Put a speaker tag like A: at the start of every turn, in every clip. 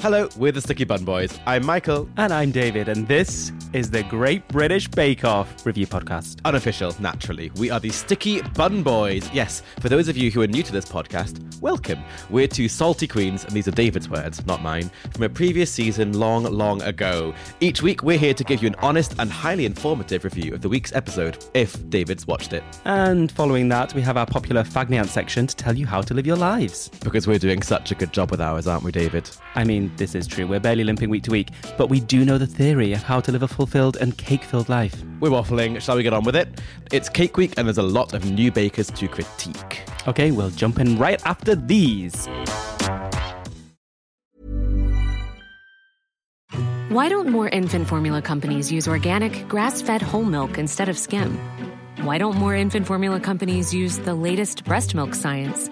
A: Hello, we're the Sticky Bun Boys. I'm Michael.
B: And I'm David, and this is the Great British Bake Off review podcast.
A: Unofficial, naturally. We are the Sticky Bun Boys. Yes, for those of you who are new to this podcast, welcome. We're two salty queens, and these are David's words, not mine, from a previous season long, long ago. Each week, we're here to give you an honest and highly informative review of the week's episode, if David's watched it.
B: And following that, we have our popular Fagnant section to tell you how to live your lives.
A: Because we're doing such a good job with ours, aren't we, David?
B: I mean, this is true. We're barely limping week to week, but we do know the theory of how to live a fulfilled and cake filled life.
A: We're waffling. Shall we get on with it? It's cake week, and there's a lot of new bakers to critique.
B: Okay, we'll jump in right after these.
C: Why don't more infant formula companies use organic, grass fed whole milk instead of skim? Why don't more infant formula companies use the latest breast milk science?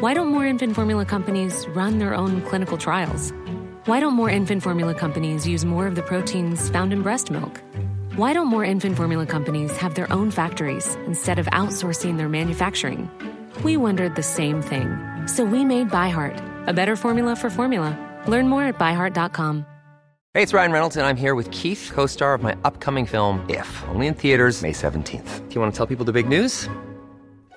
C: Why don't more infant formula companies run their own clinical trials? Why don't more infant formula companies use more of the proteins found in breast milk? Why don't more infant formula companies have their own factories instead of outsourcing their manufacturing? We wondered the same thing. So we made ByHeart, a better formula for formula. Learn more at byheart.com.
D: Hey, it's Ryan Reynolds, and I'm here with Keith, co star of my upcoming film, If, only in theaters, May 17th. Do you want to tell people the big news?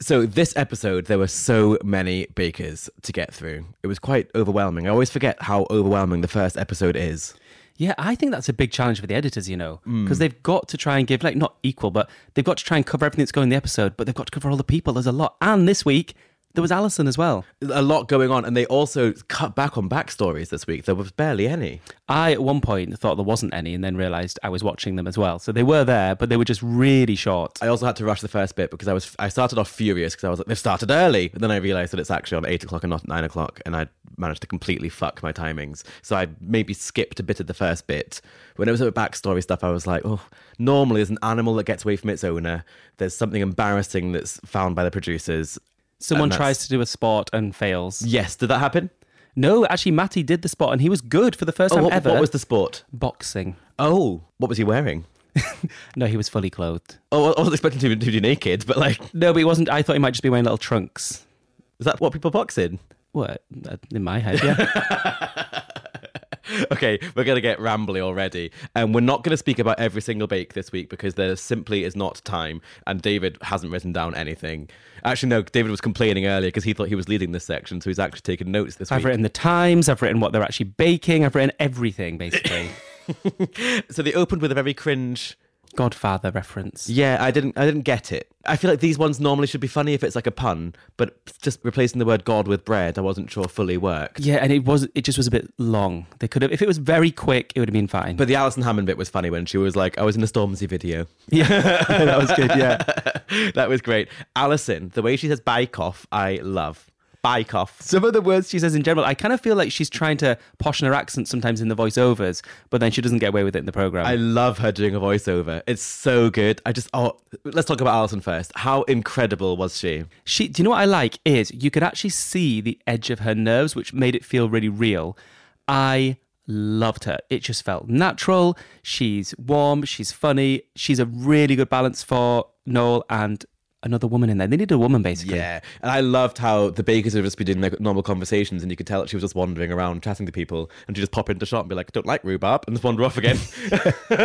A: So this episode, there were so many bakers to get through. It was quite overwhelming. I always forget how overwhelming the first episode is.
B: Yeah, I think that's a big challenge for the editors, you know, because they've got to try and give, like, not equal, but they've got to try and cover everything that's going in the episode, but they've got to cover all the people. There's a lot. And this week, there was Alison as well.
A: A lot going on, and they also cut back on backstories this week. There was barely any.
B: I, at one point, thought there wasn't any and then realized I was watching them as well. So they were there, but they were just really short.
A: I also had to rush the first bit because I was I started off furious because I was like, they've started early, but then I realized that it's actually on eight o'clock and not nine o'clock, and I managed to completely fuck my timings. So I maybe skipped a bit of the first bit. When it was about backstory stuff, I was like, oh, normally there's an animal that gets away from its owner. There's something embarrassing that's found by the producers.
B: Someone
A: that's-
B: tries to do a spot and fails.
A: Yes, did that happen?
B: No, actually, Matty did the spot and he was good for the first
A: Oh,
B: time
A: what,
B: ever.
A: what was the sport?
B: boxing?
A: Oh, what was he wearing?
B: No, he was fully clothed.
A: Oh, I wasn't expecting to, to be naked, but like,
B: No, but he wasn't. I thought he might just be wearing little trunks.
A: is that what people box in?
B: What? Uh, In my head, yeah.
A: Okay, we're going to get rambly already. And we're not going to speak about every single bake this week because there simply is not time. And David hasn't written down anything. Actually, no, David was complaining earlier because he thought he was leading this section. So he's actually taken notes this
B: I've
A: week.
B: written the times. I've written what they're actually baking. I've written everything basically.
A: So they opened with a very cringe.
B: Godfather reference.
A: Yeah, I didn't I didn't get it. I feel like these ones normally should be funny if it's like a pun, but just replacing the word God with bread, I wasn't sure fully worked.
B: Yeah, and it was. It just was a bit long. They could have. If it was very quick, it would have been fine.
A: But the Alison Hammond bit was funny when she was like, I was in a Stormzy video.
B: yeah, that was good. Yeah.
A: that was great. Alison, the way she says bike off, I love. Bike off.
B: Some of the words she says in general, I kind of feel like she's trying to poshen her accent sometimes in the voiceovers, but then she doesn't get away with it in the program.
A: I love her doing a voiceover. It's so good. I just oh, let's talk about Alison first. How incredible was she?
B: She, do you know what I like is you could actually see the edge of her nerves, which made it feel really real. I loved her. It just felt natural. She's warm. She's funny. She's a really good balance for Noel and another woman in there. They need a woman basically.
A: Yeah, and I loved how the bakers would just be doing their normal conversations, and you could tell that she was just wandering around chatting to people, and she just pop into shop and be like, "Don't like rhubarb," and just wander off again.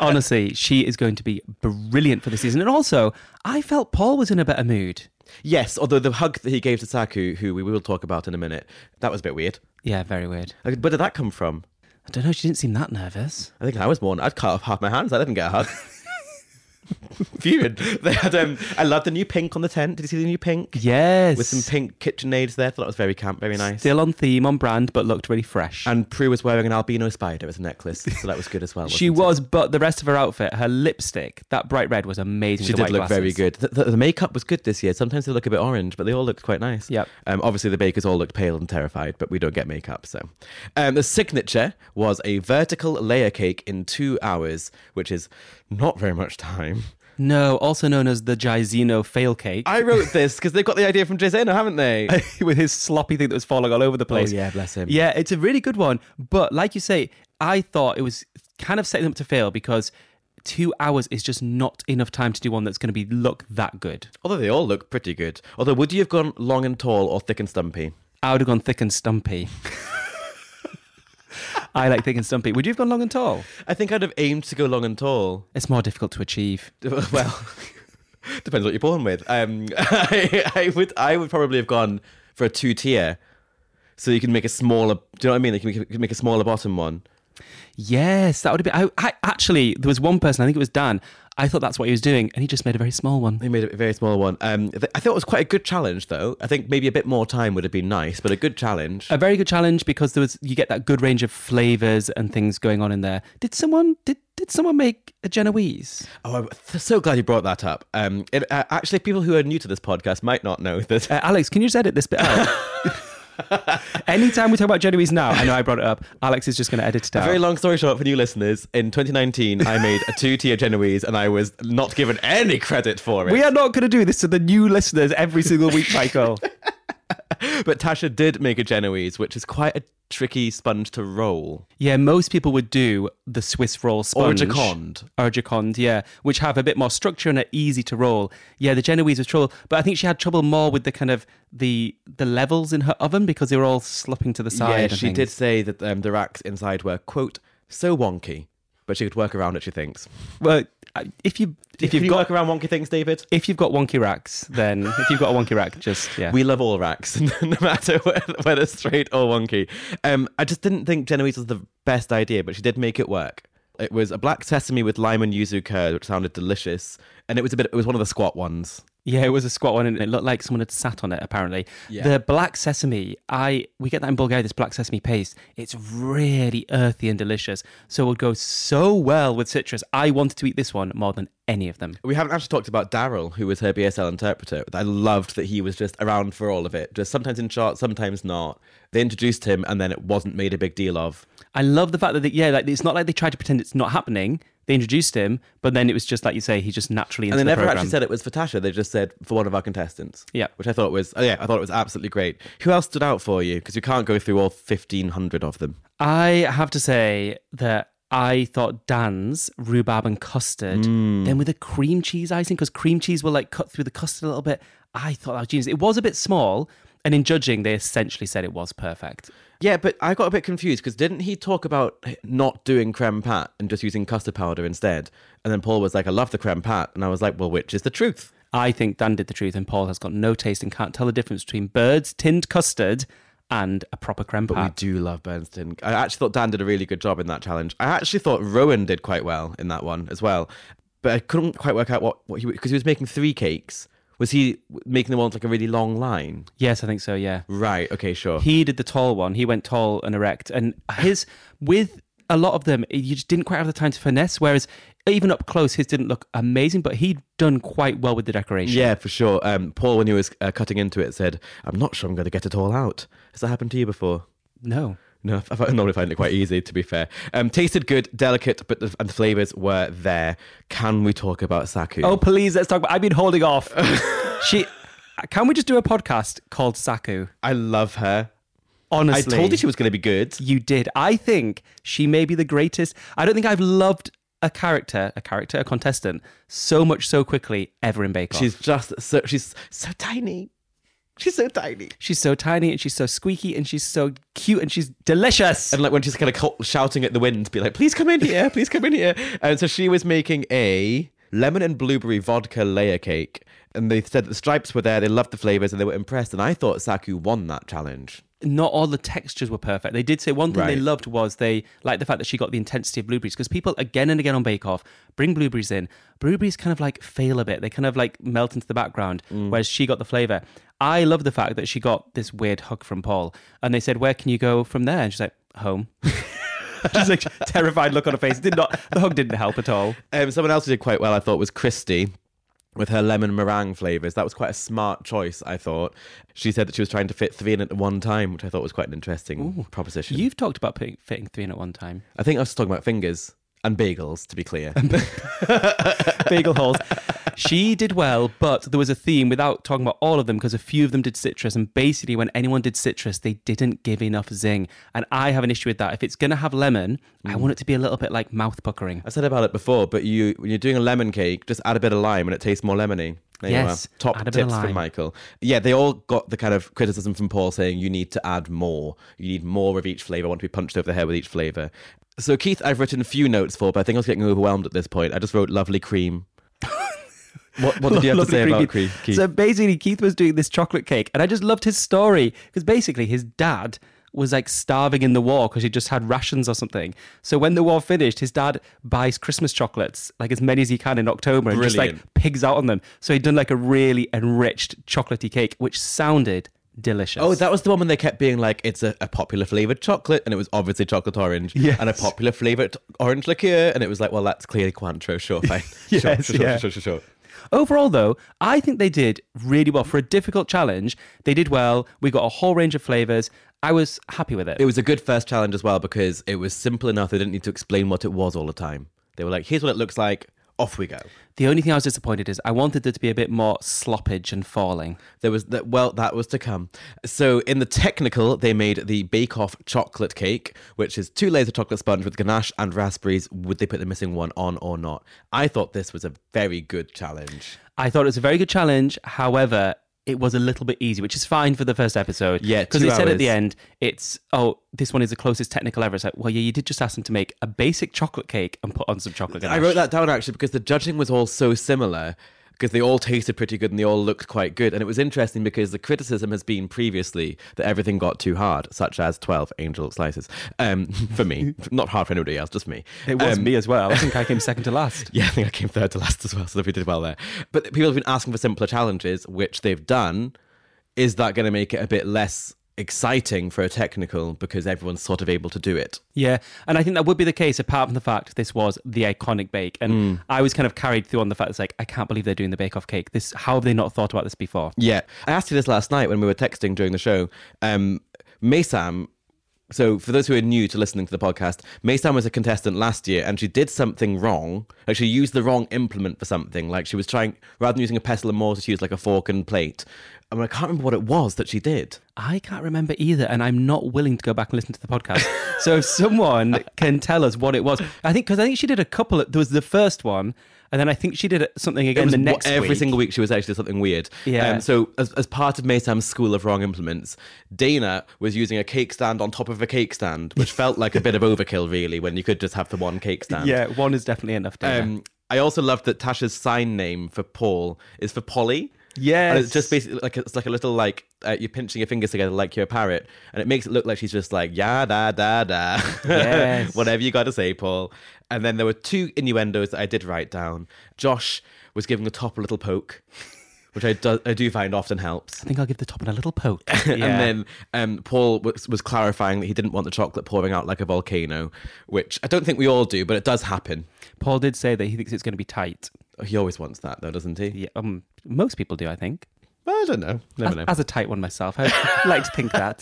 B: Honestly, she is going to be brilliant for the season. And also, I felt Paul was in a better mood.
A: yes, although the hug that he gave to Saku, who we will talk about in a minute, that was a bit weird.
B: Yeah, very weird.
A: Like, where did that come from?
B: I don't know. She didn't seem that nervous.
A: I think I was born. I'd cut off half my hands. I didn't get a hug. Fuming. They had. Um, I love the new pink on the tent. Did you see the new pink?
B: Yes.
A: With some pink KitchenAids there. I thought that was very camp, very nice.
B: Still on theme, on brand, but looked really fresh.
A: And Prue was wearing an albino spider as a necklace, so that was good as well.
B: she
A: wasn't it?
B: was, but the rest of her outfit, her lipstick, that bright red was amazing.
A: She
B: with the
A: did
B: white
A: look very
B: glasses.
A: good. The, the, the makeup was good this year. Sometimes they look a bit orange, but they all looked quite nice.
B: Yep.
A: Um, obviously, the bakers all looked pale and terrified, but we don't get makeup, so. Um, the signature was a vertical layer cake in two hours, which is not very much time.
B: No, also known as the Gizino fail cake.
A: I wrote this because they've got the idea from Jizena, haven't they?
B: with his sloppy thing that was falling all over the place.
A: yeah, bless him.
B: Oh, Yeah, it's a really good one. But like you say, I thought it was kind of setting them up to fail because two hours is just not enough time to do one that's going to be look that good.
A: Although they all look pretty good. Although, would you have gone long and tall or thick and stumpy?
B: I would have gone thick and stumpy. I like thick and stumpy. Would you have gone long and tall?
A: I think I'd have aimed to go long and tall.
B: It's more difficult to achieve.
A: well, depends what you're born with. Um, I, I would I would probably have gone for a two tier, so you can make a smaller. Do you know what I mean? Like you can make, you can make a smaller bottom one.
B: Yes, that would have been. I, I actually there was one person. I think it was Dan. I thought that's what he was doing, and he just made a very small one.
A: They made a very small one. Um, th- I thought it was quite a good challenge, though. I think maybe a bit more time would have been nice, but a good challenge.
B: a very good challenge because there was you get that good range of flavors and things going on in there. Did someone did did someone make a Genoese?
A: oh, I'm th- so glad you brought that up. Um, it, uh, actually, people who are new to this podcast might not know that.
B: Uh, Alex, can you just edit this bit out? Anytime we talk about Genoese now, I know I brought it up. Alex is just going to edit it
A: A
B: out.
A: very long story short for new listeners. In 2019, I made a two-tier Genoese, and I was not given any credit for it.
B: we are not going to do this to the new listeners every single week, Michael.
A: But Tasha did make a Genoese, which is quite a tricky sponge to roll.
B: yeah, most people would do the Swiss roll
A: Or a
B: sponge.
A: Gicond.
B: Or a Gicond, yeah, which have a bit more structure and are easy to roll. Yeah, the Genoese was trouble, but I think she had trouble more with the kind of the the levels in her oven because they were all slopping to the side.
A: Oh, Yeah,
B: and
A: she
B: things.
A: did say that um, the racks inside were, quote, so wonky, but she could work around it, she thinks.
B: Well, I- if you if
A: Can
B: you've
A: you
B: got
A: work around wonky things, David?
B: if you've got wonky racks, then if you've got a wonky rack, just yeah.
A: We love all racks, no matter whether, whether straight or wonky. Um, I just didn't think Genoese was the best idea, but she did make it work. It was a black sesame with lime and yuzu curd, which sounded delicious, and it was a bit. It was one of the squat ones.
B: yeah, it was a squat one, and it looked like someone had sat on it. Apparently,
A: Yeah.
B: the black sesame. I we get that in Bulgaria. This black sesame paste. It's really earthy and delicious. So it would go so well with citrus. I wanted to eat this one more than any of them.
A: We haven't actually talked about Daryl, who was her BSL interpreter. I loved that he was just around for all of it, just sometimes in shot, sometimes not. They introduced him, and then it wasn't made a big deal of.
B: I love the fact that they, yeah, like it's not like they tried to pretend it's not happening. They introduced him, but then it was just like you say, he just naturally.
A: And
B: Into
A: they
B: the
A: never
B: program.
A: actually said it was for Tasha. They just said for one of our contestants.
B: Yeah.
A: which I thought was oh yeah, I thought it was absolutely great. Who else stood out for you? Because you can't go through all fifteen hundred of them.
B: I have to say that I thought Dan's rhubarb and custard,
A: Mm.
B: then with the cream cheese icing, because cream cheese will like cut through the custard a little bit. I thought that was genius. It was a bit small, and in judging, they essentially said it was perfect.
A: Yeah, but I got a bit confused because didn't he talk about not doing creme pat and just using custard powder instead? And then Paul was like, "I love the creme pat," and I was like, "Well, which is the truth?"
B: I think Dan did the truth, and Paul has got no taste and can't tell the difference between birds tinned custard and a proper creme
A: But we
B: pat.
A: do love Bernstein. I actually thought Dan did a really good job in that challenge. I actually thought Rowan did quite well in that one as well. But I couldn't quite work out what, what he because he was making three cakes. Was he making them all like a really long line?
B: Yes, I think so. Yeah.
A: Right. Okay. Sure.
B: He did the tall one. He went tall and erect. And his, with a lot of them, you just didn't quite have the time to finesse. Whereas even up close, his didn't look amazing, but he'd done quite well with the decoration.
A: yeah, for sure. Um, Paul, when he was uh, cutting into it, said, "I'm not sure I'm going to get it all out." Has that happened to you before?
B: No.
A: No, I I normally find it quite easy, to be fair. Um, tasted good, delicate, but the, and the flavors were there. Can we talk about Saku?
B: Oh, please, let's talk about. I've been holding off. she, can we just do a podcast called Saku?
A: I love her.
B: Honestly.
A: I told you she was going to be good.
B: You did. I think she may be the greatest. I don't think I've loved a character, a character, a contestant, so much so quickly ever in Bake Off.
A: She's just so she's so tiny. She's so tiny.
B: She's so tiny and she's so squeaky and she's so cute and she's delicious.
A: And like when she's kind of col- shouting at the wind, be like, "Please come in here, please come in here." And so she was making a lemon and blueberry vodka layer cake, and they said that the stripes were there. They loved the flavors and they were impressed. And I thought Saku won that challenge.
B: not all the textures were perfect. They did say one thing they
A: Right.
B: loved was they liked the fact that she got the intensity of blueberries because people again and again on Bake Off bring blueberries in. Blueberries kind of like fail a bit. They kind of like melt into the background, whereas she got the flavor. I love the fact that she got this weird hug from Paul, and they said, "Where can you go from there?" And she's like, "Home." She's like terrified look on her face. Did not the hug didn't help at all.
A: Um, someone else who did quite well, I thought, was Christy with her lemon meringue flavors. That was quite a smart choice, I thought. She said that she was trying to fit three in at one time, which I thought was quite an interesting proposition.
B: You've talked about putting, fitting three in at one time.
A: I think I was talking about fingers and bagels, to be clear.
B: bagel holes. She did well, but there was a theme without talking about all of them because a few of them did citrus. And basically, when anyone did citrus, they didn't give enough zing. And I have an issue with that. If it's going to have lemon, I want it to be a little bit like mouth puckering.
A: I've said about it before, but you when you're doing a lemon cake, just add a bit of lime and it tastes more lemony. There you
B: Yes,
A: are. Top
B: add a bit of
A: tips
B: lime.
A: from Michael. Yeah, they all got the kind of criticism from Paul saying you need to add more. You need more of each flavour. I want to be punched over the head with each flavour. So Keith, I've written a few notes for, but I think I was getting overwhelmed at this point. I just wrote lovely cream. what what did you have to
B: Lovely
A: say
B: cream
A: about
B: Keith.
A: cream, Keith?
B: So basically, Keith was doing this chocolate cake, and I just loved his story because basically his dad was like starving in the war because he just had rations or something. So when the war finished, his dad buys Christmas chocolates, like as many as he can in October, and just like
A: Brilliant.
B: pigs out on them. So he'd done like a really enriched chocolatey cake, which sounded delicious.
A: Oh, that was the one when they kept being like, it's a, a popular flavored chocolate, and it was obviously chocolate orange,
B: Yes.
A: and a popular flavored orange liqueur, and it was like, well, that's clearly Cointreau, sure, fine. Sure, sure,
B: Yes,
A: sure,
B: yeah.
A: sure, sure, sure.
B: Overall, though, I think they did really well for a difficult challenge. They did well. We got a whole range of flavors. I was happy with it.
A: It was a good first challenge as well because it was simple enough. They didn't need to explain what it was all the time. They were like, here's what it looks like, off we go.
B: The only thing I was disappointed is I wanted there to be a bit more sloppage and falling.
A: There was that. Well, that was to come. So in the technical, they made the Bake Off chocolate cake, which is two layers of chocolate sponge with ganache and raspberries. Would they put the missing one on or not? I thought this was a very good challenge.
B: I thought it was a very good challenge. However, it was a little bit easy, which is fine for the first episode.
A: Yeah,
B: because
A: two
B: they said at
A: hours.
B: the end, it's oh, this one is the closest technical ever. It's like, well, yeah, you did just ask them to make a basic chocolate cake and put on some chocolate. Ganache.
A: I wrote that down actually because the judging was all so similar because they all tasted pretty good and they all looked quite good. And it was interesting because the criticism has been previously that everything got too hard, such as 12 angel slices. Um, for me, not hard for anybody else, just me.
B: It was
A: Um,
B: me as well. I think I came second to last.
A: yeah, I think I came third to last as well, so we did well there. But people have been asking for simpler challenges, which they've done. Is that going to make it a bit less exciting for a technical because everyone's sort of able to do it?
B: Yeah, and I think that would be the case apart from the fact this was the iconic bake, and I was kind of carried through on the fact it's like I can't believe they're doing the Bake Off cake. This, how have they not thought about this before?
A: Yeah. I asked you this last night when we were texting during the show. Um, Maysam, so for those who are new to listening to the podcast, Maysam was a contestant last year and she did something wrong. Like she used the wrong implement for something. Like she was trying, rather than using a pestle and mortar, she used like a fork and plate. I mean, I can't remember what it was that she did.
B: I can't remember either, and I'm not willing to go back and listen to the podcast. so if someone can tell us what it was, I think because I think she did a couple. There was the first one, and then I think she did something
A: It
B: again
A: was
B: the
A: wha-
B: next
A: every
B: week.
A: single week she was actually something weird. Um,
B: Yeah.
A: so as, as part of Maysam's school of wrong implements, Dana was using a cake stand on top of a cake stand, which felt like a bit of overkill really when you could just have the one cake stand.
B: Yeah, one is definitely enough. Dana.
A: Um, I also love that Tasha's sign name for Paul is for Polly.
B: Yes.
A: and it's just basically like it's like a little like uh, you're pinching your fingers together like you're a parrot, and it makes it look like she's just like yeah da da da,
B: Yes.
A: whatever you got to say, Paul. And then there were two innuendos that I did write down. Josh was giving the top a little poke, which I do, I do find often helps.
B: I think I'll give the top one a little poke. Yeah.
A: And then um, Paul was, was clarifying that he didn't want the chocolate pouring out like a volcano, which I don't think we all do, but it does happen.
B: Paul did say that he thinks it's going to be tight.
A: He always wants that though, doesn't he?
B: Yeah, um, most people do, I think.
A: Well, I don't know. Never
B: As,
A: know.
B: as a tight one myself, I like to think that.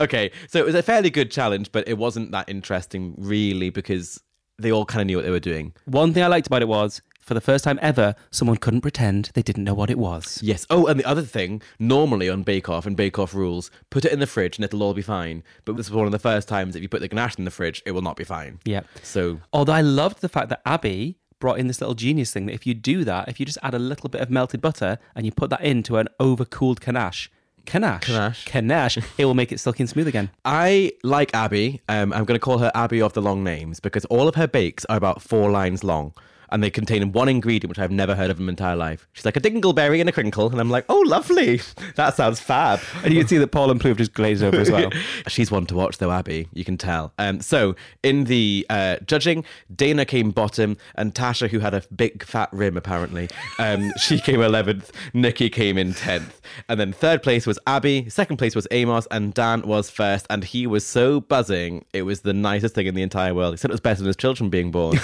A: okay, so it was a fairly good challenge, but it wasn't that interesting really because they all kind of knew what they were doing.
B: One thing I liked about it was, for the first time ever, someone couldn't pretend they didn't know what it was.
A: Yes. Oh, and the other thing, normally on Bake Off and Bake Off rules, put it in the fridge and it'll all be fine. But this is one of the first times if you put the ganache in the fridge, it will not be fine.
B: Yeah.
A: So
B: Although I loved the fact that Abby brought in this little genius thing that if you do that, if you just add a little bit of melted butter and you put that into an overcooled canache, canache,
A: Canache.
B: canache, it will make it silky and smooth again.
A: I like Abby. Um, I'm going to call her Abby of the long names because all of her bakes are about four lines long. and they contain one ingredient which I've never heard of in my entire life. She's like a dingleberry and a crinkle, and I'm like, oh, lovely. That sounds fab.
B: And you can see that Paul and Plouffe just glazed over as well.
A: She's one to watch, though, Abby. You can tell. Um, so, in the uh, judging, Dana came bottom, and Tasha, who had a big fat rim apparently, um, she came 11th. Nikki came in 10th. And then third place was Abby, second place was Amos, and Dan was first. And he was so buzzing. It was the nicest thing in the entire world. He said it was better than his children being born.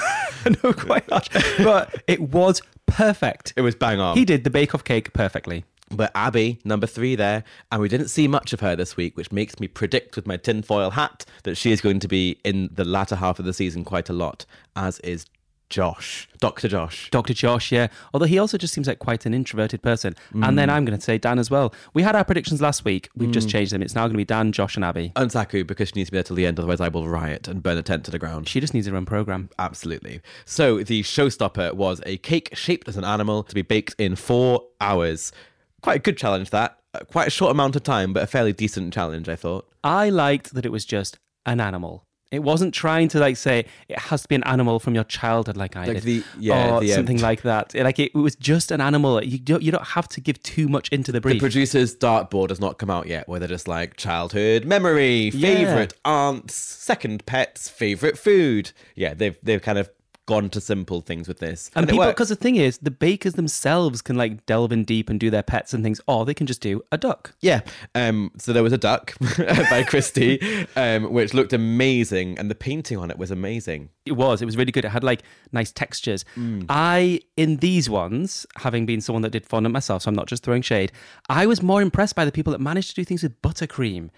B: no, quite not. But it was perfect.
A: it was bang on.
B: He did the bake off cake perfectly.
A: But Abby, number three there, and we didn't see much of her this week, which makes me predict with my tinfoil hat that she is going to be in the latter half of the season quite a lot, as is Josh, Dr. Josh.
B: Dr. Josh, yeah. Although he also just seems like quite an introverted person. And then I'm going to say Dan as well. We had our predictions last week. We've just changed them. It's now going to be Dan, Josh, and Abby.
A: And Saku, because she needs to be there till the end, otherwise I will riot and burn a tent to the ground.
B: She just needs her own program.
A: Absolutely. So the showstopper was a cake shaped as an animal to be baked in four hours. Quite a good challenge, that. Uh, Quite a short amount of time, but a fairly decent challenge, I thought.
B: I liked that it was just an animal. It wasn't trying to like say it has to be an animal from your childhood, like I
A: Like
B: did,
A: the- yeah,
B: or
A: the, um,
B: something like that. Like it, was just an animal. You don't you don't have to give too much into the
A: The
B: brief.
A: producer's dartboard has not come out yet, where they're just like childhood memory, favorite aunts, second pets, favorite food. Yeah, they've they've kind of gone to simple things with this,
B: and
A: it
B: people,
A: worked.
B: because the thing is, the bakers themselves can like delve in deep and do their pets and things, or they can just do a duck.
A: Yeah. Um, so there was a duck by Christie, um, which looked amazing, and the painting on it was amazing.
B: It was. It was really good. It had like nice textures.
A: Mm.
B: I, in these ones, having been someone that did fondant myself, so I'm not just throwing shade, I was more impressed by the people that managed to do things with buttercream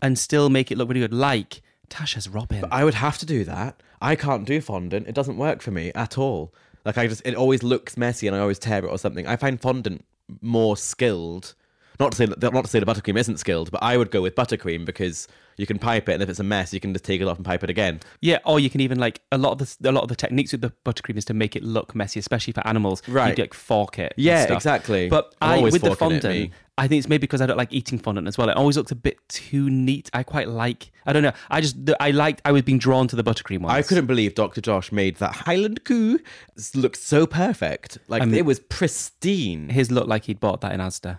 B: and still make it look really good, like Tasha's Robin.
A: Mm. I would have to do that. I can't do fondant; it doesn't work for me at all. Like I just, it always looks messy, and I always tear it or something. I find fondant more skilled. Not to say that, not to say the buttercream isn't skilled, but I would go with buttercream because you can pipe it, and if it's a mess, you can just take it off and pipe it again.
B: yeah, or you can even like a lot of the a lot of the techniques with the buttercream is to make it look messy, especially for animals.
A: Right.
B: You'd like fork it. and
A: Yeah,
B: stuff.
A: exactly.
B: But
A: I'm
B: I,
A: always
B: with the
A: forking it, me.
B: fondant, I think it's maybe because I don't like eating fondant as well. It always looks a bit too neat. I quite like. I don't know. I just the- I liked. I was being drawn to the buttercream ones.
A: I couldn't believe Dr. Josh made that Highland Goo s- look so perfect. Like it was pristine.
B: His looked like he'd bought that in Asda.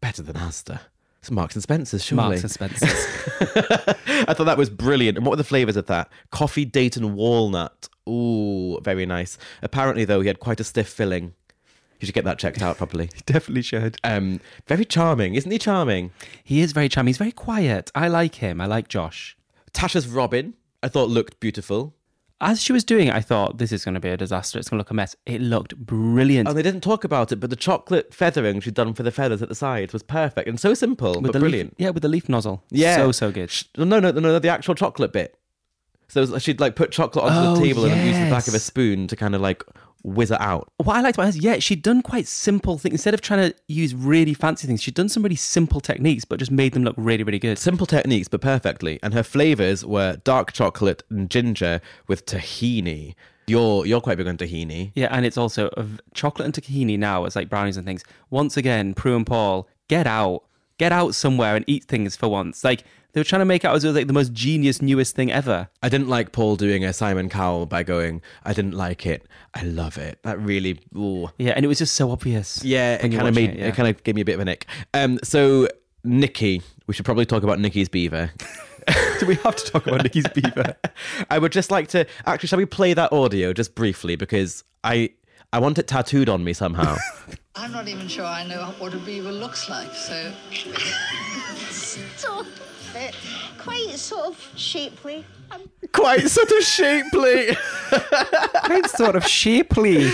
A: better than Asda. It's Marks and Spencer's, surely.
B: Marks and Spencer's.
A: I thought that was brilliant. And what were the flavours of that? Coffee, date, and walnut. Ooh, very nice. Apparently, though, he had quite a stiff filling. You should get that checked out properly.
B: Definitely should.
A: Um, very charming, isn't he charming?
B: He is very charming. He's very quiet. I like him. I like Josh.
A: Tasha's Robin, I thought looked beautiful,
B: As she was doing it, I thought this is going to be a disaster. It's going to look a mess. It looked brilliant.
A: and they didn't talk about it. But the chocolate feathering she'd done for the feathers at the side was perfect and so simple, but
B: the
A: brilliant.
B: Leaf, yeah, with the leaf nozzle.
A: Yeah.
B: So, so good.
A: Sh- No, no, no, no, the actual chocolate bit. So it was- she'd like put chocolate onto
B: Oh,
A: the table and use the back of a
B: yes.
A: spoon to kind of like whiz it out.
B: What I liked about her is, yeah, she'd done quite simple things. Instead of trying to use really fancy things, she'd done some really simple techniques, but just made them look really, really good.
A: Simple techniques, but perfectly. And her flavors were dark chocolate and ginger with tahini. You're you're quite big on tahini.
B: Yeah, and it's also of chocolate and tahini now. It's like brownies and things. Once again, Prue and Paul, get out, get out somewhere and eat things for once. Like they were trying to make out as though it was like the most genius, newest thing ever.
A: I didn't like Paul doing a Simon Cowell by going, I didn't like it. I love it. That really ooh.
B: Yeah, and it was just so obvious.
A: Yeah, it
B: when you're
A: kind of
B: watching
A: made it,
B: yeah.
A: kind of gave me a bit of a nick. Um so Nikki, we should probably talk about Nikki's beaver.
B: Do we have to talk about Nikki's beaver?
A: I would just like to actually, shall we play that audio just briefly because I I want it tattooed on me somehow.
E: I'm not even sure I know what a beaver looks like, so
F: sort of, uh, quite sort of shapely. Um,
A: Quite sort of shapely.
B: Quite sort of shapely.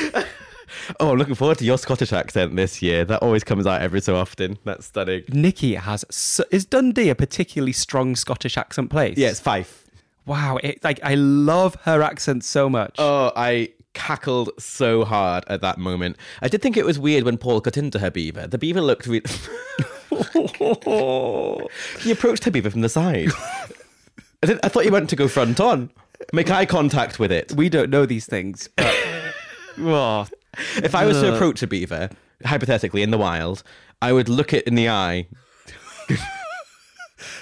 A: oh, I'm looking forward to your Scottish accent this year. That always comes out every so often. That's stunning.
B: Nikki has so, is Dundee a particularly strong Scottish accent place?
A: Yeah, it's Fife.
B: Wow. It, like I love her accent so much.
A: Oh, I cackled so hard at that moment. I did think it was weird when Paul cut into her beaver. The beaver looked really. he approached her beaver from the side. I, did I thought you meant to go front on. Make eye contact with it.
B: We don't know these things, but. Oh,
A: If I was to approach a beaver, hypothetically in the wild, I would look it in the eye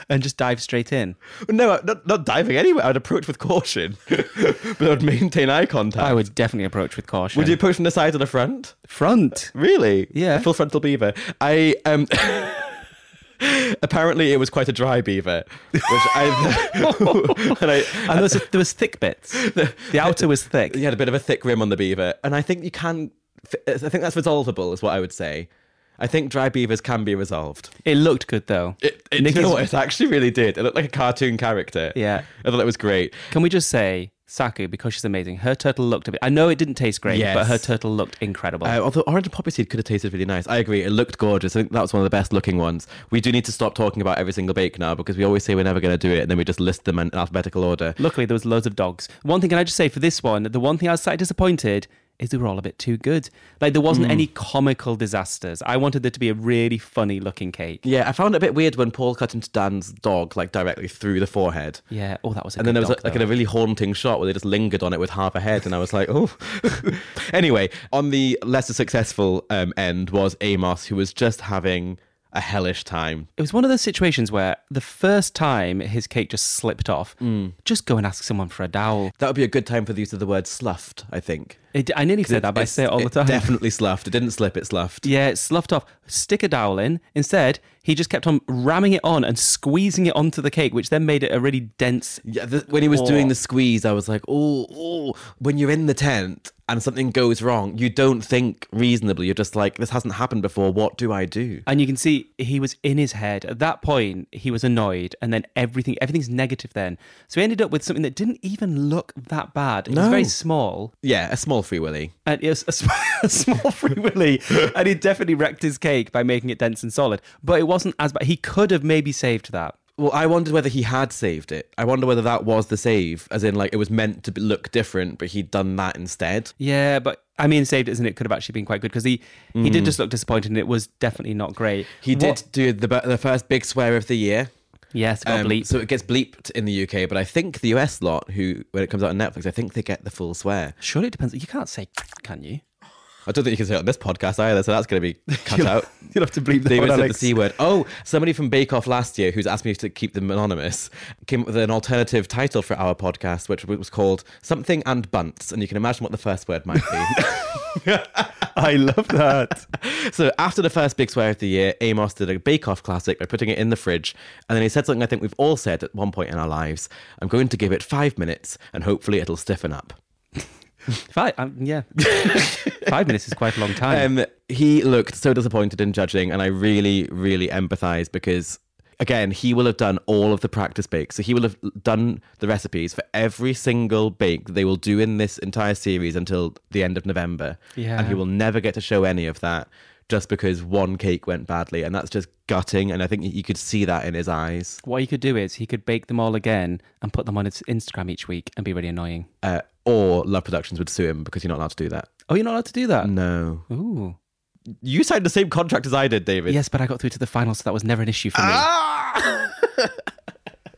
B: and just dive straight in.
A: No, I- not, not diving anywhere. I'd approach with caution, but I'd maintain eye contact.
B: I would definitely approach with caution.
A: Would you approach from the side or the front?
B: front?
A: Really?
B: Yeah.
A: A full frontal beaver. I um. apparently, it was quite a dry beaver, which I and I.
B: And there was, there was thick bits. The outer was thick.
A: He had a bit of a thick rim on the beaver, and I think you can. I think that's resolvable, is what I would say. I think dry beavers can be resolved.
B: It looked good though.
A: It, it,
B: Nick
A: you know
B: is-
A: what? It actually really did. It looked like a cartoon character.
B: Yeah.
A: I thought that was great.
B: Can we just say Saku because she's amazing? Her turtle looked a bit. I know it didn't taste great,
A: Yes.
B: but her turtle looked incredible.
A: Uh, although orange and poppy seed could have tasted really nice. I agree. It looked gorgeous. I think that was one of the best looking ones. We do need to stop talking about every single bake now because we always say we're never going to do it and then we just list them in alphabetical order.
B: Luckily, there was loads of dogs. One thing can I just say for this one? The one thing I was slightly disappointed is they were all a bit too good. Like there
A: Hmm.
B: wasn't any comical disasters. I wanted there to be a really funny looking cake.
A: Yeah, I found it a bit weird when Paul cut into Dan's dog like directly through the forehead.
B: Yeah. Oh, that was. A
A: And then there was
B: dog,
A: like a really haunting shot where they just lingered on it with half a head, and I was like, oh. anyway, on the lesser successful um, end was Amos, who was just having a hellish time.
B: It was one of those situations where the first time his cake just slipped off,
A: Hmm.
B: just go and ask someone for a dowel.
A: That would be a good time for the use of the word sloughed, I think.
B: It, I nearly said that, but I
A: It's-
B: say it all the time.
A: Definitely sloughed. It didn't slip, it sloughed.
B: Yeah, it sloughed off. Stick a dowel in. Instead, he just kept on ramming it on and squeezing it onto the cake, which then made it a really dense.
A: Yeah, the, when he was doing the squeeze, I was like, oh, oh, when you're in the tent and something goes wrong, you don't think reasonably. You're just like, this hasn't happened before. What do I do?
B: And you can see he was in his head. At that point, he was annoyed, and then everything everything's negative then. So he ended up with something that didn't even look that bad. It was
A: No.
B: very small.
A: Yeah, a small free willy.
B: And it was a, sm- a small free willy. and he definitely wrecked his cake by making it dense and solid. But it wasn't as bad. He could have maybe saved that.
A: Well, I wondered whether he had saved it. I wonder whether that was the save, as in like it was meant to be- look different, but he'd done that instead.
B: Yeah, but I mean, saved it, and it could have actually been quite good because he, he did just look disappointed, and it was definitely not great.
A: Mm. He
B: What-
A: did do the be- the first big swear of the year.
B: Yes, got
A: Um,
B: bleep.
A: So it gets bleeped in the UK, but I think the US lot, who when it comes out on Netflix, I think they get the full swear.
B: Surely it depends. You can't say, can you?
A: I don't think you can say it on this podcast either, so that's going to be cut
B: You'll-
A: out.
B: you'll have to bleep that
A: They even
B: one,
A: said
B: Alex.
A: the c word. Oh, somebody from Bake Off last year, who's asked me to keep them anonymous, came up with an alternative title for our podcast, which was called "Something and Bunts," and you can imagine what the first word might be.
B: I love that.
A: So after the first big swear of the year, Amos did a Bake Off classic by putting it in the fridge, and then he said something I think we've all said at one point in our lives. I'm going to give it five minutes, and hopefully it'll stiffen up.
B: Five, um, yeah. Five minutes is quite a long time.
A: Um, he looked so disappointed in judging, and I really, really empathise because. Again, he will have done all of the practice bakes. So he will have done the recipes for every single bake that they will do in this entire series until the end of November.
B: Yeah.
A: And he will never get to show any of that just because one cake went badly. And that's just gutting. And I think you could see that in his eyes.
B: what he could do is he could bake them all again and put them on his Instagram each week and be really annoying.
A: Uh, or Love Productions would sue him because you're not allowed to do that.
B: Oh, you're not allowed to do
A: Mm.
B: that?
A: No.
B: Ooh.
A: You signed the same contract as I did, David.
B: Yes, but I got through to the final, so that was never an issue for me.
A: Ah!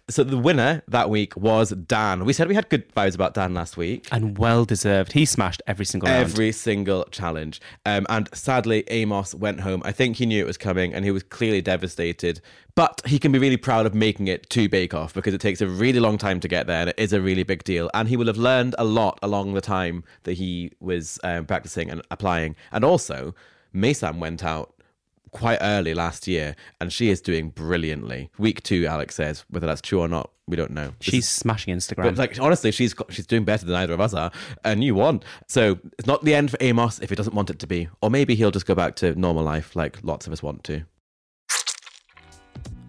A: So the winner that week was Dan. We said we had good vibes about Dan last week.
B: And well deserved. He smashed every single round.
A: Every single challenge. Um, and sadly, Amos went home. I think he knew it was coming and he was clearly devastated. But he can be really proud of making it to Bake Off because it takes a really long time to get there and it is a really big deal. And he will have learned a lot along the time that he was um, practicing and applying. And also, Maysam went out quite early last year and she is doing brilliantly. Week two, Alex says, whether that's true or not, we don't know. This
B: She's smashing Instagram.
A: but like honestly, she's got, she's doing better than either of us are, and you won. So it's not the end for Amos if he doesn't want it to be, or maybe he'll just go back to normal life like lots of us want to.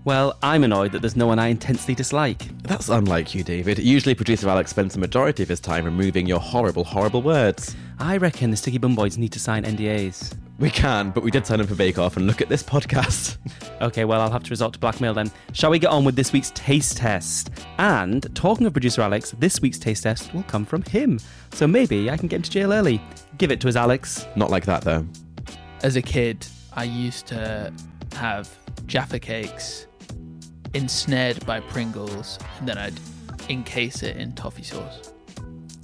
B: well, I'm annoyed that there's no one I intensely dislike.
A: That's unlike you, David. Usually, producer Alex spends the majority of his time removing your horrible, horrible words.
B: I reckon the Sticky Bum Boys need to sign NDAs.
A: We can, but we did sign up for Bake Off, and look at this podcast.
B: Okay, well, I'll have to resort to blackmail then. Shall we get on with this week's taste test? And talking of producer Alex, this week's taste test will come from him. So maybe I can get him to jail early. Give it to us, Alex.
A: not like that though.
G: as a kid, I used to have Jaffa cakes ensnared by Pringles, and then I'd encase it in toffee sauce.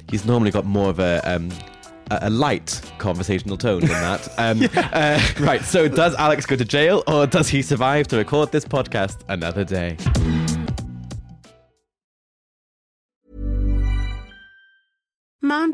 A: He's normally got more of a. Um, a a light conversational tone than that. Um, uh, right, so does Alex go to jail or does he survive to record this podcast another day?
H: Mom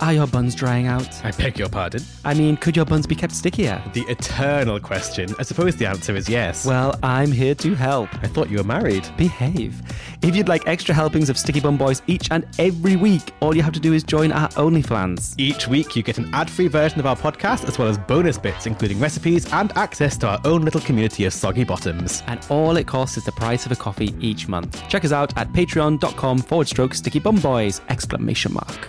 B: Are your buns drying out?
I: I beg your pardon?
B: I mean, could your buns be kept stickier?
I: The eternal question. I suppose the answer is yes.
B: Well, I'm here to help.
I: I thought you were married.
B: Behave. If you'd like extra helpings of Sticky Bun Boys each and every week, all you have to do is join our OnlyFans.
I: Each week, you get an ad free version of our podcast, as well as bonus bits, including recipes and access to our own little community of soggy bottoms.
B: And all it costs is the price of a coffee each month. Check us out at patreon.com forward stroke sticky bum boys! Exclamation mark.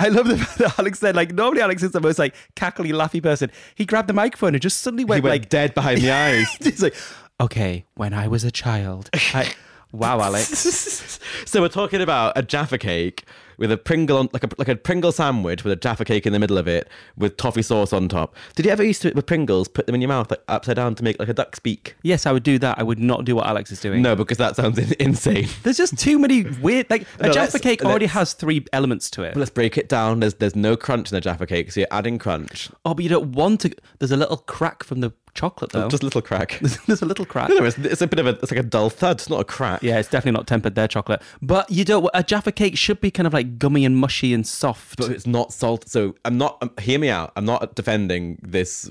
B: I love the fact that Alex said, like, normally Alex is the most like cackly, laughy person. He grabbed the microphone and just suddenly
I: he
B: went,
I: went
B: like
I: dead behind the eyes.
B: He's like, okay, when I was a child. I, wow, Alex.
A: so we're talking about a jaffa cake with a Pringle, on, like a like a Pringle sandwich with a jaffa cake in the middle of it with toffee sauce on top. Did you ever used to with Pringles put them in your mouth like upside down to make like a duck's beak?
B: Yes, I would do that. I would not do what Alex is doing.
A: No, because that sounds in- insane.
B: There's just too many weird, like, a
A: No,
B: Jaffa
A: let's-
B: cake already
A: let's-
B: has three elements to it.
A: But let's break it down. There's there's no crunch in the jaffa cake, so you're adding crunch.
B: Oh, but you don't want to. There's a little crack from the chocolate, though.
A: Just a little crack.
B: There's a little crack.
A: No, no, it's, it's a bit of a it's like a dull thud. It's not a crack.
B: Yeah, it's definitely not tempered there, chocolate. But you don't. A Jaffa cake should be kind of like gummy and mushy and soft.
A: but it's not salt. So I'm not. Um, hear me out. I'm not defending this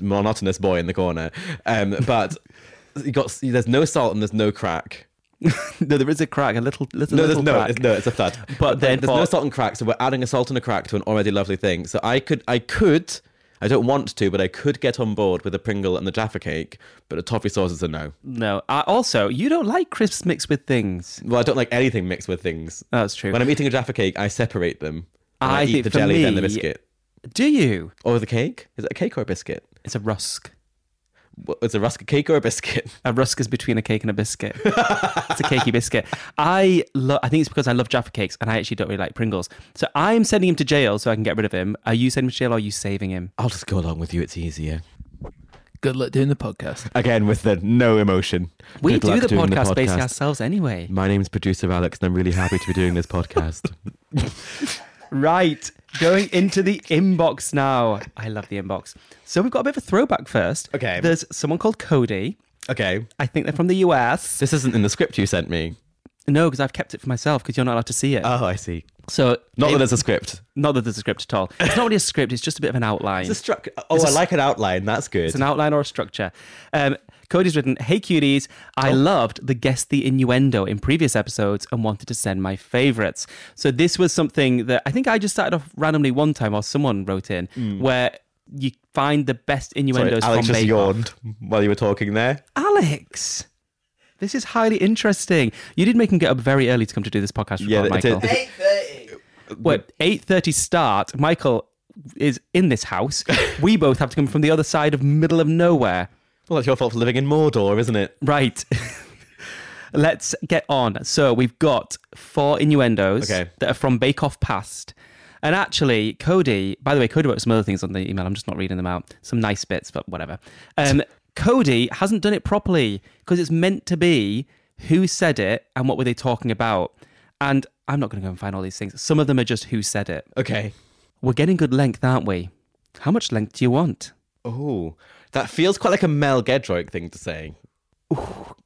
A: monotonous boy in the corner. Um, but you got there's no salt and there's no crack.
B: no, there is a crack, a little, little,
A: No,
B: little
A: there's no,
B: crack.
A: it's, no, it's a thud.
B: But then
A: there's
B: for-
A: no salt and crack, so we're adding a salt and a crack to an already lovely thing. So I could, I could, I don't want to, but I could get on board with a Pringle and the Jaffa cake, but the toffee sauce is a no.
B: No. I, also, you don't like crisps mixed with things.
A: Well, I don't like anything mixed with things.
B: That's true.
A: When I'm eating a Jaffa cake, I separate them. And
B: I
A: I, eat
B: think
A: the
B: for
A: jelly, then the
B: me-
A: biscuit,
B: Do you?
A: or the cake. Is it a cake or a biscuit?
B: It's a rusk.
A: Well, It's a rusk cake or a biscuit.
B: A rusk is between a cake and a biscuit. it's a cakey biscuit. I lo- I think it's because I love Jaffa cakes and I actually don't really like Pringles. So I'm sending him to jail so I can get rid of him. Are you sending him to jail or are you saving him?
A: I'll just go along with you. It's easier.
G: Good luck doing the podcast.
A: Again, with the no emotion.
B: We
A: Good
B: do
A: luck
B: the
A: doing
B: podcast, basically ourselves anyway.
A: My name's producer Alex, and I'm really happy to be doing this podcast.
B: Right. Going into the inbox now. I love the inbox. So we've got a bit of a throwback first.
A: Okay.
B: There's someone called Cody.
A: okay.
B: I think they're from the US.
A: This isn't in the script you sent me.
B: No, because I've kept it for myself because you're not allowed to see it.
A: Oh, I see.
B: so
A: Not
B: it-
A: that there's a script.
B: not that there's a script at all. It's not really a script. It's just a bit of an outline.
A: It's a structure. Oh, I like an outline. That's good.
B: It's an outline or a structure. Um, Cody's written, Hey cuties,
A: Oh.
B: I loved the guess the innuendo in previous episodes and wanted to send my favorites. So this was something that I think I just started off randomly one time or someone wrote in where you find the best
A: Hmm. Sorry,
B: innuendos
A: Alex
B: from
A: just
B: Bake Off.
A: yawned while you were talking there.
B: Alex, this is highly interesting. You did make him get up very early to come to do this podcast.
A: Yeah,
B: Yeah,
A: it-
B: Michael.
A: it-
B: Well, eight thirty start. Michael is in this house. we both have to come from the other side of middle of nowhere.
A: Well, that's your fault for living in Mordor, isn't it?
B: Right. Let's get on. So we've got four innuendos
A: Okay.
B: that are from Bake Off Past. And actually, Cody, by the way, Cody wrote some other things on the email. I'm just not reading them out. Some nice bits, but whatever. Um, Cody hasn't done it properly because it's meant to be who said it and what were they talking about. And I'm not going to go and find all these things. Some of them are just who said it.
A: Okay.
B: We're getting good length, aren't we? How much length do you want?
A: Oh, that feels quite like a Mel Gedroic thing to say.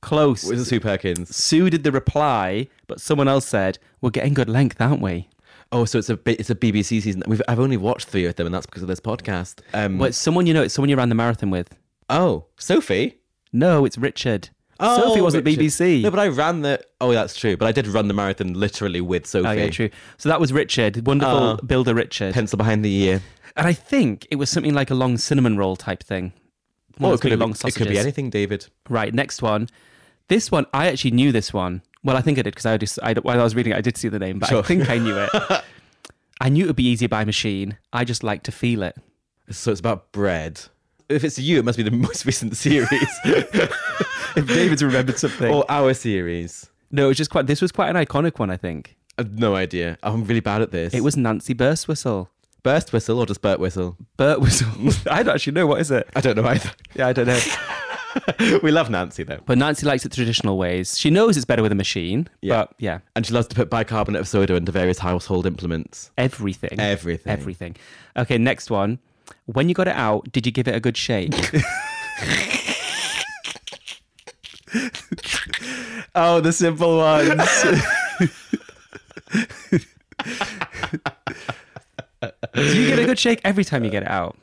B: Close.
A: Was it Sue Perkins?
B: Sue did the reply, but someone else said, "We're getting good length, aren't we?"
A: Oh, so it's a bit, it's a BBC season. We've, I've only watched three of them, and that's because of this podcast. Um,
B: Well, it's someone you know. It's someone you ran the marathon with.
A: Oh, Sophie.
B: No, it's Richard.
A: Oh,
B: Sophie wasn't
A: Richard.
B: BBC.
A: No, but I ran the. Oh, that's true. But I did run the marathon literally with Sophie.
B: oh, yeah, true. So that was Richard, wonderful
A: Oh.
B: builder Richard.
A: Pencil behind the ear.
B: And I think it was something like a long cinnamon roll type thing. One
A: Oh, it
B: of those
A: could,
B: big
A: have,
B: long
A: it could be
B: sausages.
A: anything, David.
B: Right, next one. This one, I actually knew this one. Well, I think I did because I just I, while I was reading it, I did see the name, but I
A: Sure.
B: think I knew it. I knew it would be easier by machine. I just like to feel it.
A: So it's about bread. If it's you, it must be the most recent series
B: If David's remembered something,
A: or our series.
B: no, it was just quite. This was quite an iconic one, I think.
A: I've no idea. I'm really bad at this.
B: It was Nancy Burstwhistle.
A: burst whistle or just burp whistle.
B: Burt whistle. I don't actually know what is it.
A: I don't know either.
B: Yeah, I don't know.
A: we love Nancy though,
B: But Nancy likes it traditional ways. She knows it's better with a machine.
A: Yeah.
B: But yeah,
A: and she loves to put bicarbonate of soda into various household implements.
B: everything.
A: Everything.
B: Everything. Okay, next one. When you got it out, did you give it a good shake? oh, the simple ones. Do you get a good shake every time you get it out?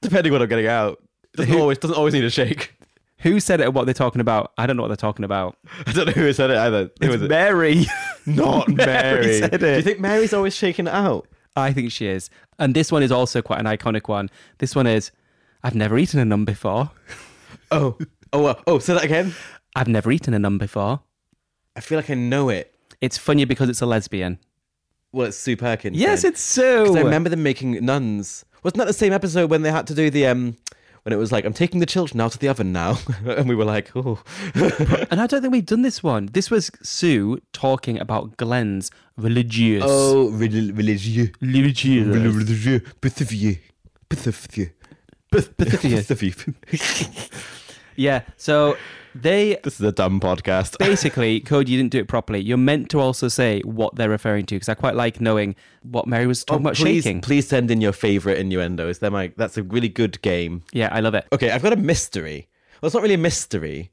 A: Depending what I'm getting out, doesn't always doesn't always need a shake.
B: Who said it and what they're talking about? I don't know what they're talking about.
A: I don't know who said it either. Who was
B: it's
A: it?
B: Mary.
A: Not Mary.
B: Mary said
A: Do you
B: it.
A: think Mary's always shaking it out?
B: I think she is. And this one is also quite an iconic one. This one is I've never eaten a num before.
A: Oh, oh, uh, oh! Say that again.
B: I've never eaten a num before.
A: I feel like I know it.
B: It's funny because it's a lesbian.
A: Well, it's Sue Perkins.
B: Yes,
A: then.
B: it's Sue.
A: 'Cause I remember them making nuns. Wasn't that the same episode when they had to do the um when it was like I'm taking the children out of the oven now, and we were like, oh,
B: and I don't think we've done this one. This was Sue talking about Glenn's religious.
A: oh, rel- religieux,
B: religious.
A: Rel- religieux, Pacifier. Pacifier.
B: Pacifier.
A: Pacifier.
B: yeah. So they
A: This is a dumb podcast.
B: basically, Cody, you didn't do it properly. You're meant to also say what they're referring to because I quite like knowing what Mary was talking
A: Oh,
B: about
A: please,
B: shaking.
A: please send in your favorite innuendos. They're my, that's a really good game.
B: Yeah, I love it.
A: Okay, I've got a mystery. Well, it's not really a mystery,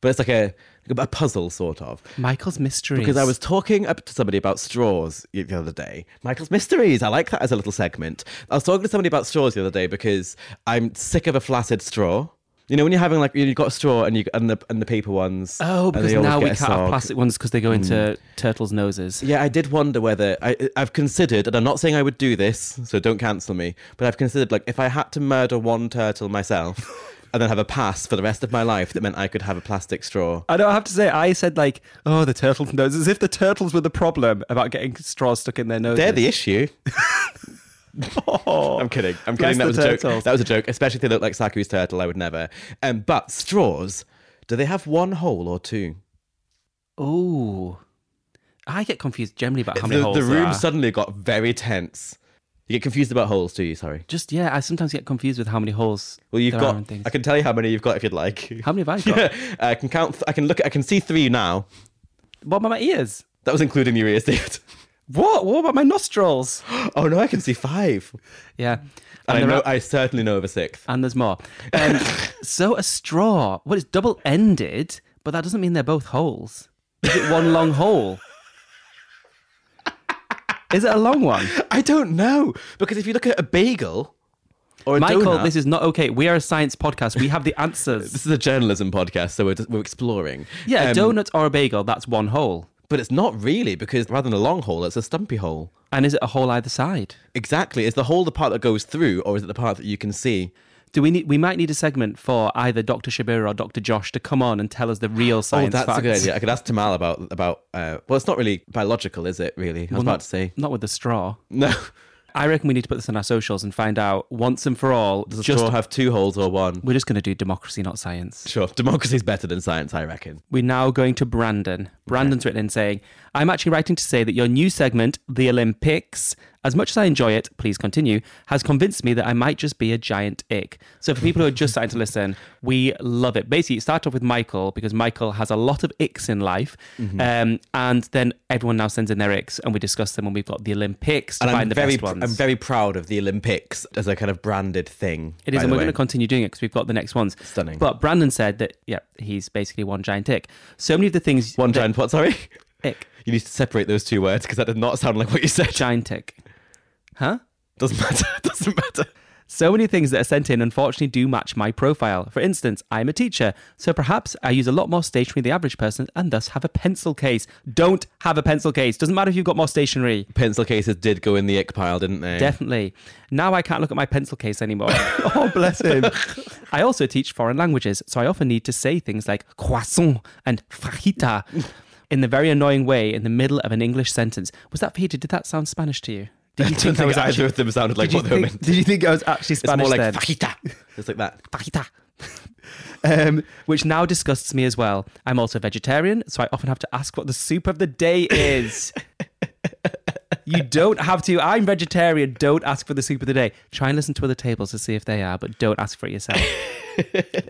A: but it's like a a puzzle sort of.
B: Michael's mystery.
A: Because I was talking up to somebody about straws the other day. Michael's Mysteries. I like that as a little segment. I was talking to somebody about straws the other day because I'm sick of a flaccid straw. You know, when you're having like you've got a straw and you and the and the paper ones.
B: Oh,
A: and
B: because
A: they always
B: now we
A: get a
B: can't have
A: sog.
B: plastic ones because they go into turtles' noses.
A: Yeah, I did wonder whether I, I've considered, and I'm not saying I would do this, so don't cancel me, but I've considered like if I had to murder one turtle myself and then have a pass for the rest of my life that meant I could have a plastic straw.
B: I don't have to say, I said like, oh, the turtles' noses, as if the turtles were the problem about getting straws stuck in their noses.
A: They're the issue.
B: Oh.
A: I'm kidding. I'm
B: Bless
A: kidding. That
B: the
A: was a joke.
B: turtles.
A: That was a joke. Especially if they look like Saku's turtle, I would never. Um, but straws, do they have one hole or two?
B: Ooh. I get confused generally about how many
A: the,
B: holes
A: the
B: there
A: room
B: are.
A: suddenly got very tense. You get confused about holes, do you? Sorry.
B: Just yeah, I sometimes get confused with how many holes.
A: Well, you've
B: there Are and
A: got.
B: things.
A: I can tell you how many you've got if you'd like. uh,
B: How many have I got?
A: I can count. I can look. I can see three now.
B: What about my ears?
A: That was including your ears, David.
B: What? What about my nostrils?
A: Oh no, I can see five.
B: Yeah,
A: And, I
B: there
A: know.
B: are-
A: I certainly know of a sixth.
B: and there's more. Um, so a straw. Well, it's double ended, but that doesn't mean they're both holes. Is it one long hole? Is it a long one?
A: I don't know because if you look at a bagel or a
B: Michael,
A: donut-
B: this is not okay. We are a science podcast. We have the answers.
A: This is a journalism podcast, so we're, just, we're exploring.
B: Yeah, a
A: Um,
B: donut or a bagel, that's one hole.
A: But it's not really because rather than a long hole, it's a stumpy hole.
B: And is it a hole either side?
A: Exactly. Is the hole the part that goes through, or is it the part that you can see?
B: Do we need? We might need a segment for either Dr. Shabir or Dr. Josh to come on and tell us the real science.
A: oh, that's
B: facts.
A: a good idea. I could ask Tamal about about. Uh, well, it's not really biological, is it? Really, I was
B: Well,
A: about
B: not-
A: to say.
B: Not with the straw.
A: No.
B: I reckon we need to put this on our socials and find out once and for all.
A: Does a
B: just-
A: straw have two holes or one?
B: We're just going to do democracy, not science.
A: Sure, democracy's better than science, I reckon.
B: We're now going to Brandon. Brandon's written in saying, I'm actually writing to say that your new segment, The Olympics, as much as I enjoy it, please continue, has convinced me that I might just be a giant ick. So for people who are just starting to listen, we love it. Basically, it started off with Michael because Michael has a lot of icks in life.
A: Mhm.
B: Um, and then everyone now sends in their icks and we discuss them when we've got the Olympics to
A: And
B: find
A: I'm
B: the
A: very,
B: best ones.
A: I'm very proud of the Olympics as a kind of branded thing.
B: It is,
A: by
B: and
A: the
B: we're going
A: way.
B: to continue doing it because we've got the next ones.
A: Stunning.
B: But Brandon said that, yeah, he's basically one giant ick. So many of the things. One
A: giant what, sorry?
B: Ick.
A: You need to separate those two words because that did not sound like what you said.
B: Giant ick. Huh?
A: Doesn't matter. Doesn't matter.
B: So many things that are sent in unfortunately do match my profile. For instance, I'm a teacher, so perhaps I use a lot more stationery than the average person and thus have a pencil case. Don't have a pencil case. Doesn't matter if you've got more stationery.
A: Pencil cases did go in the ick pile, didn't they?
B: Definitely. Now I can't look at my pencil case anymore. oh, bless him. I also teach foreign languages, so I often need to say things like croissant and fajita in the very annoying way in the middle of an English sentence. Was that fajita? Did that sound Spanish to you? Did
A: I
B: you
A: don't think either
B: actually-
A: of them sounded like
B: Did you
A: what they were
B: think-
A: meant to.
B: Did you think I was actually
A: It's more
B: Spanish
A: like
B: then?
A: fajita. Just like that.
B: Fajita. um, which now disgusts me as well. I'm also vegetarian, so I often have to ask what the soup of the day is. you don't have to. I'm vegetarian. Don't ask for the soup of the day. Try and listen to other tables to see if they are, but don't ask for it yourself.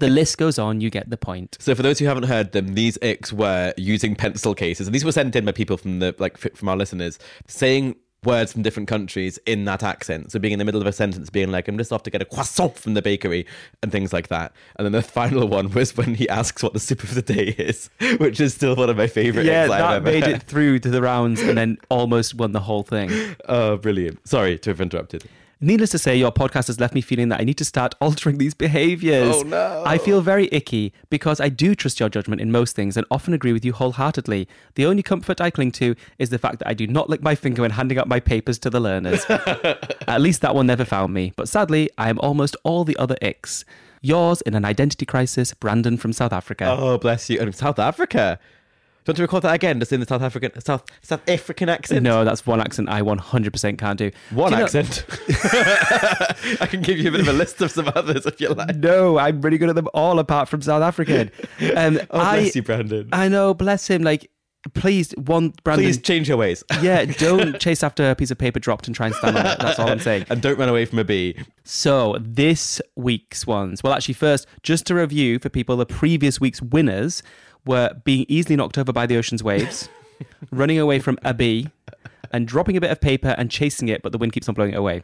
B: the list goes on. You get the point.
A: So for those who haven't heard them, these icks were using pencil cases, and these were sent in by people from the like f- from our listeners saying words from different countries in that accent. So being in the middle of a sentence, being like, "I'm just off to get a croissant from the bakery" and things like that. And then the final one was when he asks what the soup of the day is, which is still one of my favorite.
B: yeah,
A: icks I've
B: that
A: ever
B: made
A: heard.
B: it through to the rounds and then almost won the whole thing.
A: Oh, brilliant! Sorry to have interrupted.
B: Needless to say, your podcast has left me feeling that I need to start altering these behaviors.
A: Oh, no.
B: I feel very icky because I do trust your judgment in most things and often agree with you wholeheartedly. The only comfort I cling to is the fact that I do not lick my finger when handing out my papers to the learners. At least that one never found me. But sadly, I am almost all the other icks. Yours in an identity crisis, Brandon from South Africa.
A: Oh, bless you! And South Africa. Do you want to record that again? Just in the South African South South African accent.
B: No, that's one accent I 100% can't do.
A: One
B: Do you know-
A: accent. I can give you a bit of a list of some others if you like.
B: No, I'm really good at them all apart from South African. Um,
A: Oh, bless you, Brandon.
B: I know, bless him. Like, please, one Brandon.
A: Please change your ways.
B: yeah, don't chase after a piece of paper dropped and try and stand on it. That's all I'm saying.
A: And don't run away from a bee.
B: So this week's ones. Well, actually, first, just to review for people, the previous week's winners were being easily knocked over by the ocean's waves, running away from a bee, and dropping a bit of paper and chasing it, but the wind keeps on blowing it away.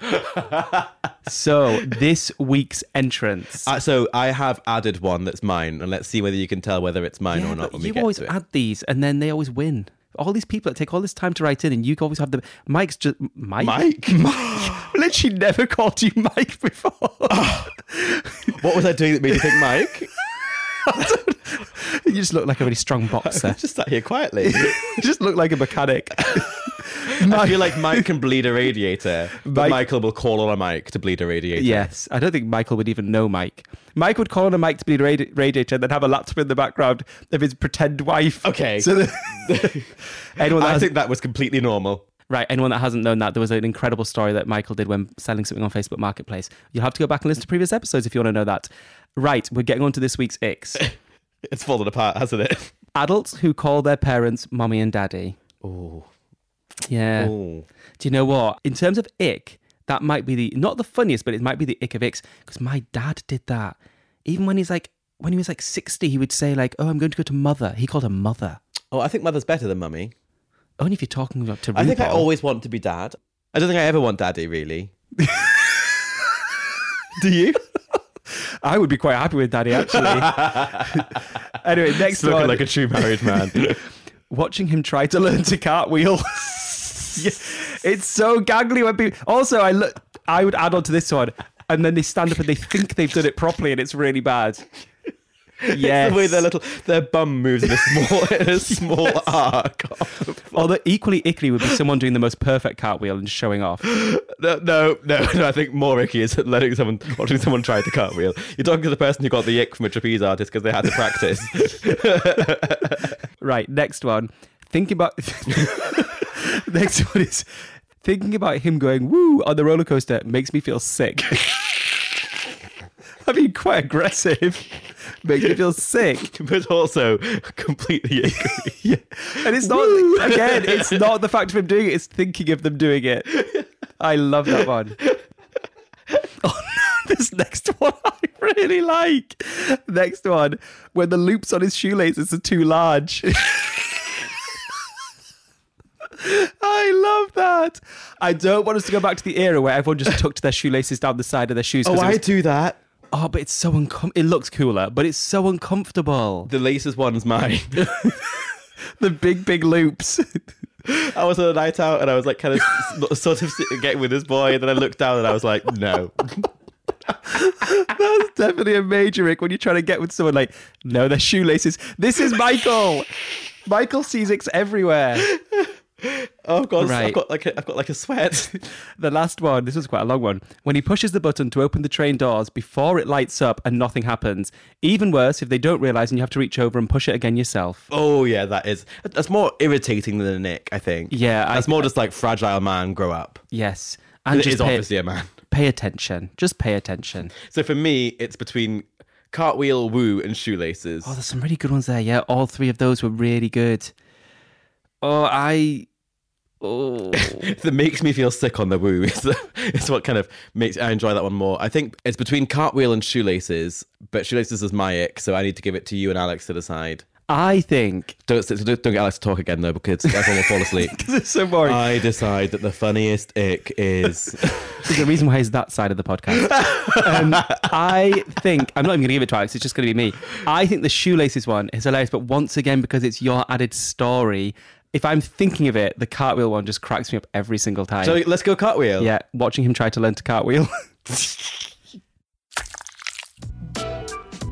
B: so this week's entrance.
A: Uh, so I have added one that's mine, and let's see whether you can tell whether it's mine or
B: Yeah,
A: not
B: but
A: when
B: you
A: we get
B: always
A: to it.
B: add these, and then they always win. All these people that take all this time to write in, and you always have the Mike's just Mike.
A: Mike?
B: Mike. Literally never called you Mike before.
A: what was I doing that made you think Mike?
B: you just look like a really strong boxer.
A: just sat here quietly.
B: you just look like a mechanic.
A: I feel like Mike can bleed a radiator, but
B: Mike-
A: Michael will call on a Mike to bleed a radiator.
B: Yes, I don't think Michael would even know Mike. Mike would call on a Mike to be the radi- radiator, and then have a laptop in the background of his pretend wife.
A: Okay.
B: So that anyone that
A: I
B: has-
A: think that was completely normal.
B: Right, anyone that hasn't known that, there was an incredible story that Michael did when selling something on Facebook Marketplace. You'll have to go back and listen to previous episodes if you want to know that. Right, we're getting on to this week's icks.
A: It's fallen apart, hasn't it?
B: Adults who call their parents mommy and daddy.
A: Oh,
B: Yeah.
A: Ooh.
B: Do you know what? In terms of ick, that might be the not the funniest, but it might be the ick of icks because my dad did that. Even when he's like when he was like sixty, he would say like, "Oh, I'm going to go to mother." He called her mother.
A: oh, I think mother's better than mummy.
B: Only if you're talking about to.
A: I think I
B: RuPaul.
A: always want to be dad. I don't think I ever want daddy, really. Do you?
B: I would be quite happy with daddy actually. anyway, next
A: Spoken
B: one.
A: like a true married man.
B: watching him try to learn to cartwheel. Yeah, it's so gangly when people. Also, I look. I would add on to this one, and then they stand up and they think they've done it properly, and it's really bad.
A: Yeah, the way their little their bum moves in a small in a small arc.
B: Although equally icky would be someone doing the most perfect cartwheel and showing off.
A: No, no, no, no, I think more icky is letting someone watching someone try to cartwheel. You're talking to the person who got the ick from a trapeze artist because they had to practice.
B: Right, next one. Thinking about next one is thinking about him going woo on the roller coaster makes me feel sick. I mean, quite aggressive. Makes me feel sick,
A: but also completely icky.
B: yeah. And it's not again. It's not the fact of him doing it. It's thinking of them doing it. I love that one. Oh, this next one I really like. Next one, when the loops on his shoelaces are too large. I love that. I don't want us to go back to the era where everyone just tucked their shoelaces down the side of their shoes. 'cause
A: Oh,
B: it
A: I
B: was-
A: do that.
B: Oh, but it's so uncom. It looks cooler, but it's so uncomfortable.
A: The laces one's mine.
B: the big, big loops.
A: I was on a night out and I was like kind of sort of sitting- getting with this boy, and then I looked down and I was like, no.
B: That's definitely a major ick when you're trying to get with someone like, no, their shoelaces. This is Michael. Michael sees icks everywhere.
A: Oh god, I've
B: Right.
A: got like a, I've got like a sweat.
B: the last one, this was quite a long one. When he pushes the button to open the train doors before it lights up and nothing happens. Even worse if they don't realise and you have to reach over and push it again yourself.
A: Oh yeah, that is that's more irritating than a nick, I think.
B: Yeah, I-
A: that's more just like fragile man grow up.
B: Yes.
A: And it
B: just
A: is
B: pay-
A: obviously a man.
B: Pay attention. Just pay attention.
A: So for me, it's between cartwheel, woo, and shoelaces.
B: Oh, there's some really good ones there. Yeah, all three of those were really good. Oh, I. Oh.
A: that makes me feel sick on the woo. It's, it's what kind of makes I enjoy that one more. I think it's between cartwheel and shoelaces, but shoelaces is my ick, so I need to give it to you and Alex to decide.
B: I think.
A: Don't sit- don't don't get Alex to talk again though, because everyone will fall asleep.
B: it's so boring.
A: I decide that the funniest ick is
B: There's a reason why it's that side of the podcast. Um, I think I'm not even going to give it to Alex. It's just going to be me. I think the shoelaces one is hilarious, but once again, because it's your added story, if I'm thinking of it, the cartwheel one just cracks me up every single time.
A: So let's go cartwheel.
B: yeah, watching him try to learn to cartwheel.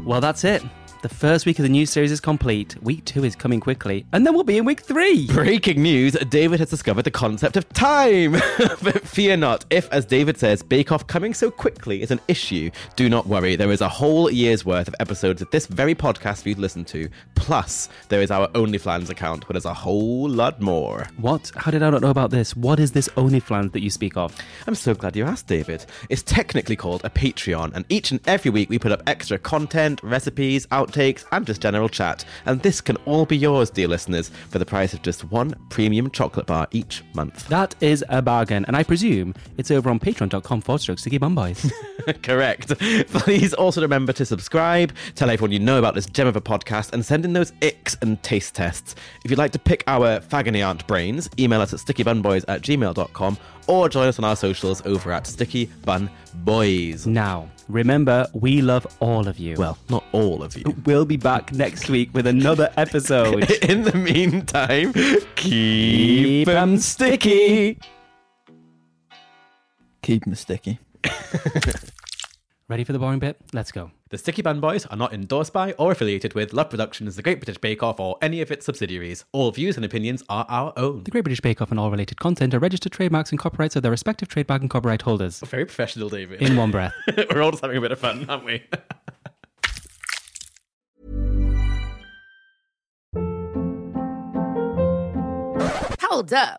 B: well, that's it. The first week of the new series is complete. Week two is coming quickly, and then we'll be in week three.
A: Breaking news David has discovered the concept of time. but fear not, if, as David says, Bake Off coming so quickly is an issue, do not worry. There is a whole year's worth of episodes of this very podcast for you to listen to. Plus, there is our OnlyFans account, where there's a whole lot more.
B: What? How did I not know about this? What is this OnlyFans that you speak of?
A: I'm so glad you asked, David. It's technically called a Patreon, and each and every week we put up extra content, recipes, outtakes, and just general chat. And this can all be yours, dear listeners, for the price of just one premium chocolate bar each month.
B: That is a bargain, and I presume it's over on patreon.com forward stroke Sticky Bum Boys.
A: Correct. Please also remember to subscribe, tell everyone you know about this gem of a podcast, and send in those icks and taste tests. If you'd like to pick our fagony aunt brains, email us at stickybunboys at gmail.com or join us on our socials over at Sticky Bun Boys.
B: now, remember, we love all of you.
A: Well, not all of you.
B: we'll be back next week with another episode.
A: In the meantime, keep
B: Keep 'em
A: them sticky.
J: Keep them sticky.
B: Ready for the boring bit? Let's go.
A: The Sticky Bun Boys are not endorsed by or affiliated with Love Productions, The Great British Bake Off, or any of its subsidiaries. All views and opinions are our own.
B: The Great British Bake Off and all related content are registered trademarks and copyrights of their respective trademark and copyright holders.
A: Very professional, David.
B: In one breath.
A: We're all just having a bit of fun, aren't we?
K: Hold up.